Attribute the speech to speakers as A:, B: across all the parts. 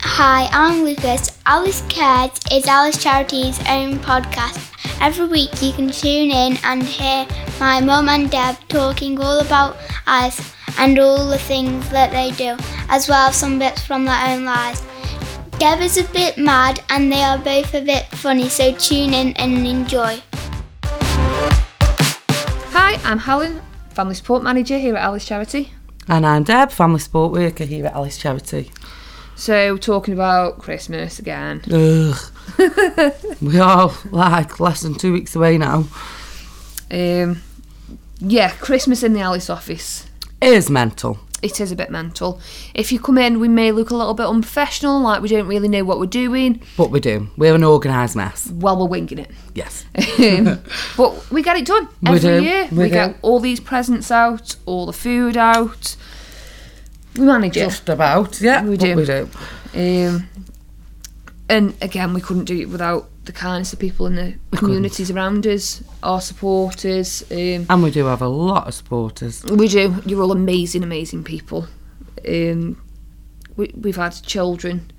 A: Hi, I'm Lucas. Alice Cared is Alice Charity's own podcast. Every week you can tune in and hear my mum and Deb talking all about Alice and all the things that they do, as well as some bits from their own lives. Deb is a bit mad and they are both a bit funny, so tune in and enjoy.
B: Hi, I'm Helen, Family Support Manager here at Alice Charity.
C: And I'm Deb, family support worker here at Alice Charity.
B: So, talking about Christmas again.
C: Ugh. we are like less than two weeks away now.
B: Um, yeah, Christmas in the Alice office.
C: It is mental.
B: It is a bit mental. If you come in, we may look a little bit unprofessional, like we don't really know what we're doing.
C: But we do. We're an organised mess.
B: Well, we're winging it.
C: Yes.
B: Um, but we get it done
C: We
B: every
C: do,
B: year.
C: we
B: We, get
C: do.
B: all these presents out, all the food out. We manage it.
C: Just about. Yeah.
B: We
C: but
B: do.
C: We do.
B: Um, and again, we couldn't do it without the kindness of people in the communities around us, our supporters. Um,
C: And we do have a lot of supporters.
B: we do. You're all amazing, amazing people. Um, we, we've had children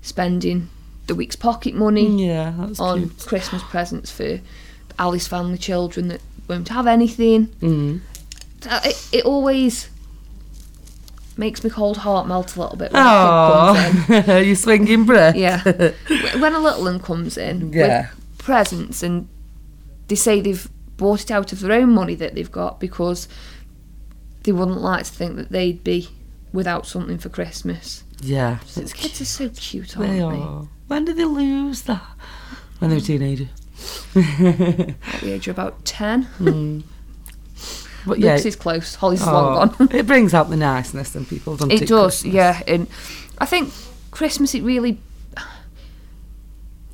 B: spending the week's pocket money
C: Mm. Yeah, that's
B: on
C: cute.
B: Christmas presents for Alice family children that won't have anything.
C: Mm.
B: Uh, It, it always makes my cold heart melt a little bit. When it comes in.
C: Oh, you swinging breath.
B: Yeah. Wh- when a little one comes in
C: Yeah.
B: with presents and they say they've bought it out of their own money that they've got because they wouldn't like to think that they'd be without something for Christmas.
C: yeah. It's
B: These kids are so cute, aren't
C: They
B: they?
C: are. When did they lose that? When they were teenagers.
B: At the age of about 10.
C: Hmm. But yeah,
B: Lucas is close. Holly's
C: oh,
B: long gone.
C: it brings out the niceness in people, doesn't it?
B: it does,
C: Christmas?
B: yeah. And I think Christmas, it really.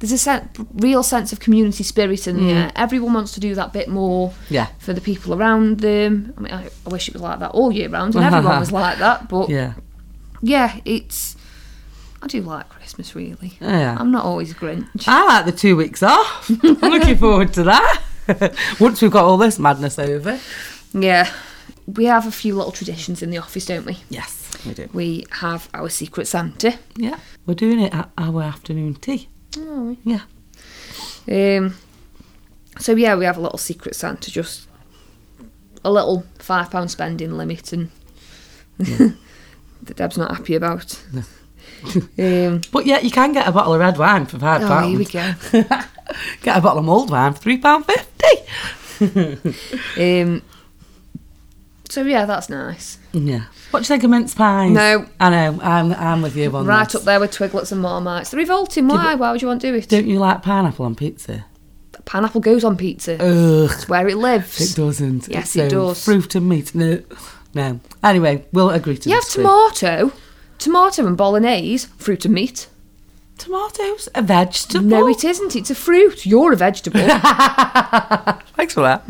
B: There's a sen- real sense of community spirit
C: Hmm.
B: in there. Everyone wants to do that bit more.
C: Yeah.
B: for the people around them. I mean, I, I wish it was like that all year round, and everyone was like that. But yeah,
C: Yeah.
B: it's. I do like Christmas, really.
C: Yeah.
B: I'm not always a Grinch.
C: I like the two weeks off. I'm looking forward to that. Once we've got all this madness over.
B: Yeah, we have a few little traditions in the office, don't we?
C: Yes, we do.
B: We have our secret Santa.
C: Yeah. We're doing it at our afternoon tea.
B: Oh.
C: Yeah.
B: Um, so yeah, we have a little secret Santa, just a little five pound spending limit, and that Deb's not happy about. um,
C: But yeah, you can get a bottle of red wine for five
B: oh,
C: pounds.
B: here we go.
C: Get a bottle of mulled wine for three pound fifty.
B: Um, so yeah, that's nice.
C: Yeah. What do you think of mince pies?
B: No.
C: I know. I'm I'm with you on
B: right
C: this.
B: up there with Twiglets and Marmites. They're revolting. Why? Why would you want to do it?
C: Don't you like pineapple on pizza?
B: Pineapple goes on pizza.
C: Ugh.
B: It's where it
C: It
B: lives.
C: doesn't.
B: Yes,
C: It's
B: it
C: so
B: does.
C: Fruit and meat. No. No. Anyway, we'll agree to
B: You have
C: this. too.
B: tomato, tomato and bolognese, fruit and meat.
C: Tomatoes? A vegetable?
B: No, it isn't. It's a fruit. You're a vegetable.
C: Thanks for that.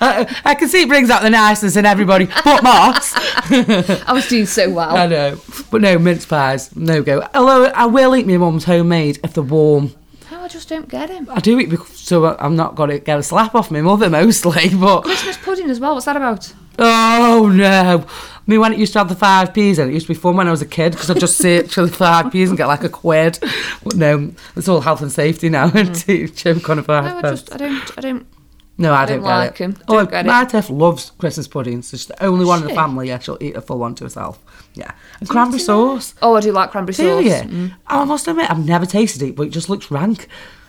C: I, I can see it brings out the niceness in everybody, but Marks.
B: I was doing so
C: I
B: well.
C: know. But no, mince pies, no go. Although I will eat my mum's homemade if they're warm.
B: How I just don't get him.
C: I do eat because, so I- I'm not going to get a slap off my mother mostly, but
B: Christmas pudding as well. What's that about?
C: oh no. I mean, when it used to have the five P's in it, it used to be fun when I was a kid because I'd just search for the five P's and get like a quid. But no, it's all health and safety now. to choke on a five
B: Mm. No, I
C: pence.
B: just, I don't, I don't.
C: No, I
B: don't
C: don't,
B: like
C: get
B: 'em.
C: it.
B: Don't
C: oh,
B: get it.
C: my Tiff loves Christmas puddings. She's the only one in the
B: She?
C: family. Yeah, she'll eat a full one to herself. Yeah, and cranberry sauce.
B: Oh, I do like cranberry
C: Do
B: sauce. mm.
C: you? Oh, I must admit, I've never tasted it, but it just looks rank.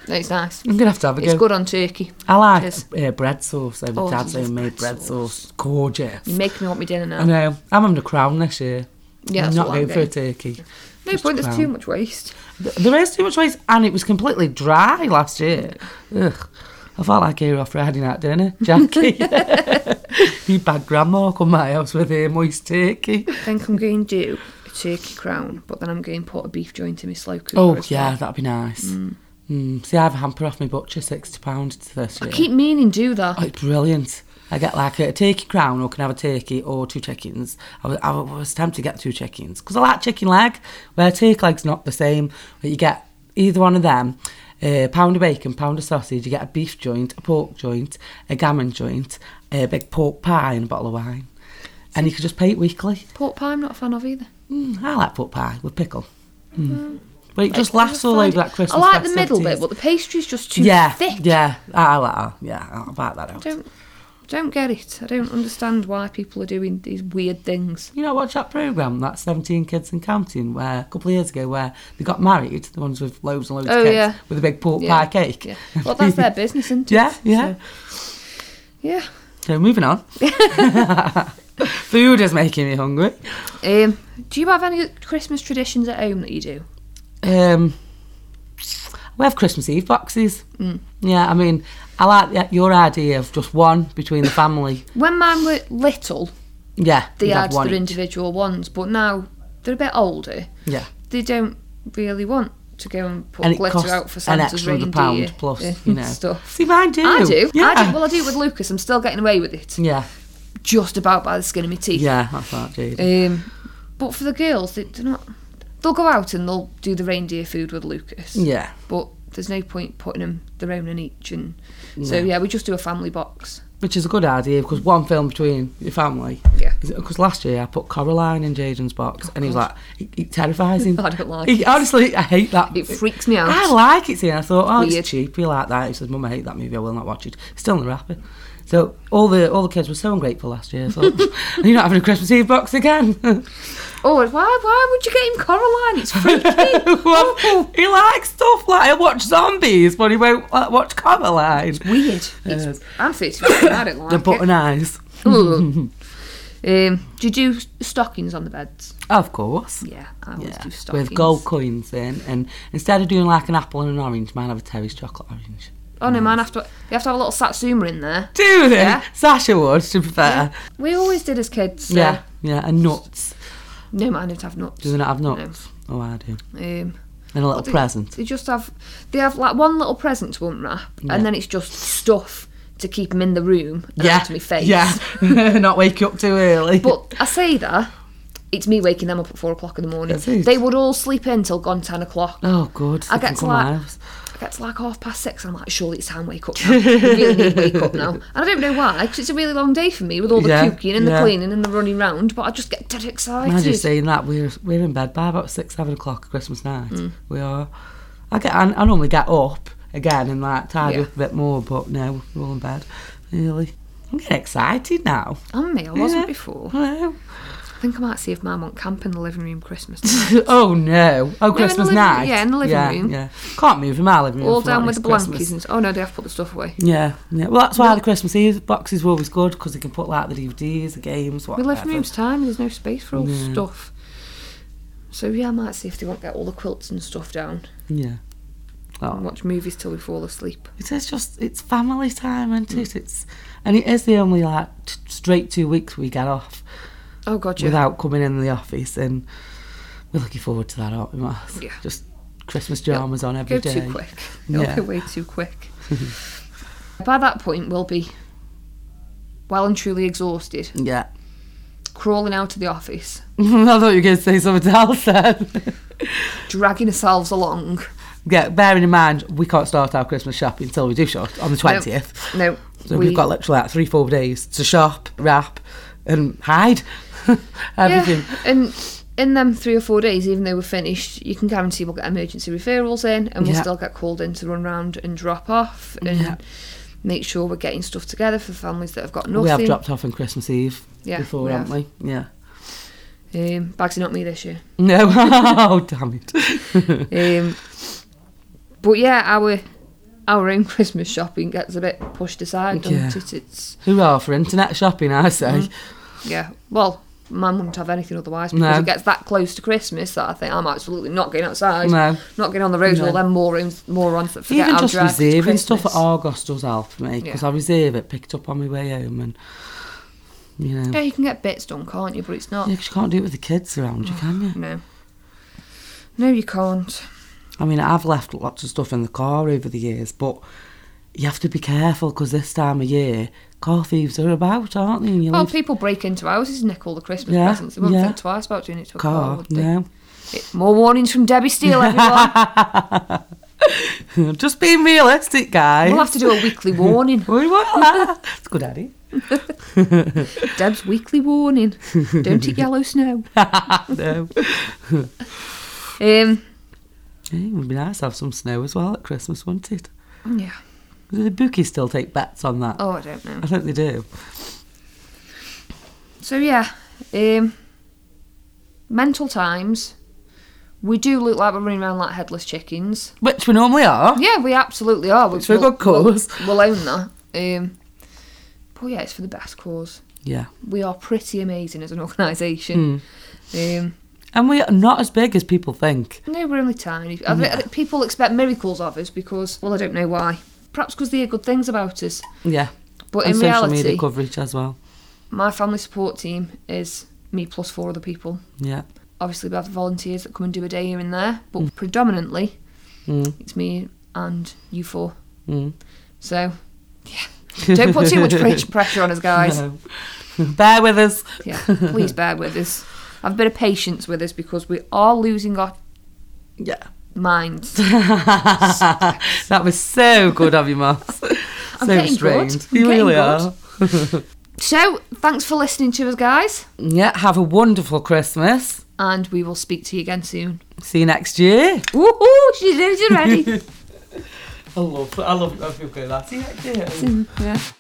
B: It's nice.
C: I'm gonna have to have a
B: It's
C: go.
B: good on turkey.
C: I like
B: It is.
C: uh, bread sauce. though. My
B: Oh, I
C: dad's
B: love
C: homemade
B: bread
C: bread, sauce. Gorgeous.
B: You make me want my dinner now.
C: I know. I'm having a crown this year.
B: Yeah,
C: I'm
B: that's
C: not
B: what I'm
C: going for a turkey.
B: No
C: Just
B: point. There's too
C: brown.
B: much waste.
C: Th- There is too much waste, and it was completely dry last year. Ugh. I felt like here off Friday night dinner, Jackie. you bad grandma come my house with her moist turkey.
B: think I'm going to do a turkey crown, but then I'm going to put a beef joint in my slow cooker.
C: Oh
B: as
C: yeah,
B: well.
C: that'd be nice. Mm. See, I have a hamper off my butcher, sixty pounds this year.
B: Keep meaning do that.
C: Oh, it's brilliant. I get like a turkey crown, or can have a turkey or two chickens. I was, I was tempted to get two chickens because I like chicken leg, where turkey leg's not the same. But you get either one of them, a pound of bacon, pound of sausage. You get a beef joint, a pork joint, a gammon joint, a big pork pie, and a bottle of wine. And you could just pay it weekly.
B: Pork pie, I'm not a fan of either.
C: Mm, I like pork pie with pickle. Mm. But it just
B: I
C: lasts all
B: find
C: over
B: it-
C: that Christmas.
B: Mm-hmm. I like the
C: festivities.
B: middle bit, but the pastry's just too
C: yeah,
B: thick.
C: yeah, I I like that. Yeah, I back that out.
B: Don't don't get it. I don't understand why people are doing these weird things.
C: You know, watch that program, that Seventeen Kids and Counting, where a couple of years ago, where they got married, the ones with loads and loads
B: Oh,
C: of kids,
B: yeah.
C: with a big pork
B: Yeah,
C: pie cake.
B: Yeah. Well, that's their business, isn't it?
C: Yeah, yeah.
B: Yeah.
C: So moving on. Food is making me hungry.
B: Um, do you have any Christmas traditions at home that you do?
C: Um, we have Christmas Eve boxes.
B: Mm.
C: Yeah, I mean, I like the, your idea of just one between the family.
B: When mine were little,
C: Yeah,
B: they
C: you'd have
B: had
C: one
B: their
C: each.
B: individual ones, but now they're a bit older.
C: Yeah,
B: They don't really want to go and put
C: and it
B: glitter
C: costs
B: out for
C: an
B: Santa's
C: extra
B: reindeer
C: other pound plus,
B: and
C: you know.
B: stuff.
C: See, mine do.
B: I do.
C: Yeah.
B: I do. Well, I do it with Lucas. I'm still getting away with it,
C: yeah,
B: just about by the skin of my teeth.
C: yeah, that's that, dude.
B: Um, but for the girls, they, they're not. They'll go out and they'll do the reindeer food with Lucas.
C: Yeah.
B: But there's no point putting them their own in each, and so yeah, we just do a family box.
C: Which is a good idea because one film between your family.
B: Yeah.
C: Because last year I put Coraline in Jaden's box and he was like, it, it terrifies him.
B: Oh, I don't like
C: He- Honestly, I hate that.
B: It freaks me out.
C: I like it. See, and I thought, oh,
B: Weird.
C: it's cheap. You like that? He says, Mum, I hate that movie. I will not watch it. It's still in the wrapper. So all the all the kids were so ungrateful last year. I thought, you're not having a Christmas Eve box again.
B: Oh, why? Why would you get him Coraline? It's freaky.
C: Well, he likes stuff like I watch zombies, but he won't like, watch Coraline.
B: Weird.
C: Uh,
B: It's, I'm 35. and I don't like
C: The button eyes,
B: it. Ooh. um, do you do s- stockings on the beds?
C: of course.
B: Yeah, I always
C: Yeah,
B: do stockings.
C: with gold coins in, and instead of doing like an apple and an orange, mine have a Terry's chocolate orange.
B: Oh no, man! Have to, you have to have a little satsuma in there.
C: Do they?
B: Yeah.
C: Sasha would, to be fair.
B: We always did as kids. So
C: Yeah. yeah, and nuts.
B: No man would have nuts.
C: Do they not have nuts? Oh, I do.
B: Um,
C: And a little
B: do-
C: present.
B: They just have they have like one little present to unwrap, and then it's just stuff to keep him in the room and
C: yeah,
B: out of my face.
C: yeah. not wake you up too early.
B: But I say that it's me waking them up at four o'clock in the morning.
C: That's it.
B: They would all sleep in till gone ten o'clock.
C: oh, good.
B: I
C: they can
B: get to
C: come
B: like
C: out.
B: I get to like half past six. and I'm like, surely it's time to wake up. Now. I really need to wake up now, and I don't know why because it's a really long day for me with all the
C: Yeah,
B: cooking and the
C: yeah.
B: cleaning and the running round. But I just get dead excited.
C: Imagine saying that we're we're in bed by about six, seven o'clock Christmas night.
B: Mm.
C: We are. I get. I, I normally get up again and like tidy
B: Yeah.
C: up a bit more, but no, we're all in bed. Really, I'm getting excited now.
B: I'm me. I wasn't
C: Yeah.
B: before.
C: Hello.
B: I think I might see if Mum won't camp in the living room Christmas.
C: oh no! Oh,
B: the
C: Christmas
B: living-
C: night.
B: yeah, in the living
C: yeah,
B: room.
C: Yeah, can't move from our living room.
B: all
C: for
B: down
C: that
B: with the
C: next
B: blankies
C: Christmas.
B: and oh no, they have to put the stuff away.
C: Yeah, yeah. Well, that's why
B: No.
C: the Christmas Eve boxes were always good because they can put like the DVDs, the games,
B: My
C: whatever.
B: living room's tiny. There's no space for all stuff. So yeah, I might see if they won't get all the quilts and stuff down
C: Yeah.
B: and
C: Oh,
B: watch movies till we fall asleep.
C: it is just it's family time, isn't it?
B: Mm.
C: It's and it is the only like t- straight two weeks we get off
B: Oh god, yeah.
C: without coming in the office, and we're looking forward to that, aren't we? Mas?
B: Yeah.
C: Just Christmas dramas on every
B: go
C: day.
B: too quick. It'll
C: Yeah.
B: go way too quick. By that point, we'll be well and truly exhausted,
C: Yeah.
B: crawling out of the office,
C: I thought you were going to say something else then.
B: dragging ourselves along.
C: yeah, bearing in mind, we can't start our Christmas shopping until we do shop on the 20th.
B: No,
C: So
B: we,
C: we've got literally like three, four days to shop, wrap, and hide everything.
B: Yeah, and in them three or four days, even though we're finished, you can guarantee we'll get emergency referrals in, and we'll
C: Yeah.
B: still get called in to run round and drop off and
C: Yeah.
B: make sure we're getting stuff together for families that have got nothing.
C: We have dropped off on Christmas Eve
B: Yeah,
C: before,
B: we
C: haven't we? Yeah.
B: um, bags are not me this year.
C: No, oh damn it!
B: Um, but yeah, our our own Christmas shopping gets a bit pushed aside, doesn't
C: Yeah.
B: it? It's
C: Hurrah for internet shopping, I say.
B: yeah. Well, mine wouldn't have anything otherwise because
C: No.
B: it gets that close to Christmas that I think I'm absolutely not getting outside,
C: No.
B: not getting on the road with all
C: No.
B: them morons, morons that Mm-hmm. forget
C: Even
B: how
C: just
B: dry it's
C: reserving stuff at
B: Christmas.
C: Argos does help me because
B: Yeah.
C: I reserve it, pick it up on my way home, and you know,
B: Yeah, you can get bits done, can't you? But it's not.
C: yeah, 'cause you can't do it with the kids around you, can you?
B: No. No, you can't.
C: I mean, I've left lots of stuff in the car over the years, but you have to be careful because this time of year, car thieves are about, aren't they? And you
B: Well,
C: leave
B: people break into houses and nick all the Christmas
C: Mm. Yeah,
B: presents. They wouldn't
C: yeah.
B: think twice about doing it to a
C: the
B: car,
C: car,
B: would they?
C: no.
B: It- more warnings from Debbie Steele, everyone.
C: Just being realistic, guys.
B: we'll have to do a weekly warning.
C: We will. it's a good idea.
B: Deb's weekly warning. Don't eat yellow snow.
C: no.
B: Um,
C: Yeah, it would be nice to have some snow as well at Christmas, wouldn't it?
B: Yeah.
C: Do the bookies still take bets on that?
B: Oh, I don't know.
C: I think they do.
B: So yeah, um, mental times. We do look like we're running around like headless chickens.
C: Which we normally are.
B: Yeah, we absolutely are.
C: It's for a good cause.
B: We'll, we'll own that. Um, but yeah, it's for the best cause.
C: Yeah.
B: We are pretty amazing as an organisation.
C: Hmm.
B: Um,
C: And we are not as big as people think.
B: no, we're only tiny. I think- I think people expect miracles of us because, well, I don't know why. Perhaps because they hear good things about us.
C: Yeah.
B: But
C: and
B: in
C: social
B: reality,
C: media coverage as well.
B: my family support team is me plus four other people.
C: Yeah.
B: Obviously, we have volunteers that come and do a day here and there, but predominantly
C: Mm.
B: it's me and you four.
C: Mm.
B: So, yeah, don't put too much pre- pressure on us, guys.
C: No. Bear with us.
B: Yeah, please bear with us. Have a bit of patience with us because we are losing our
C: Yeah.
B: minds.
C: that was so good of you, Moss.
B: I'm
C: so
B: getting
C: restrained.
B: good. I'm
C: You
B: getting
C: really
B: good.
C: are.
B: So, thanks for listening to us, guys,
C: Yeah, have a wonderful Christmas.
B: and we will speak to you again soon.
C: See you next year.
B: Woohoo! She's ready. She's ready.
C: I love I love I feel good. See you next year.
B: yeah.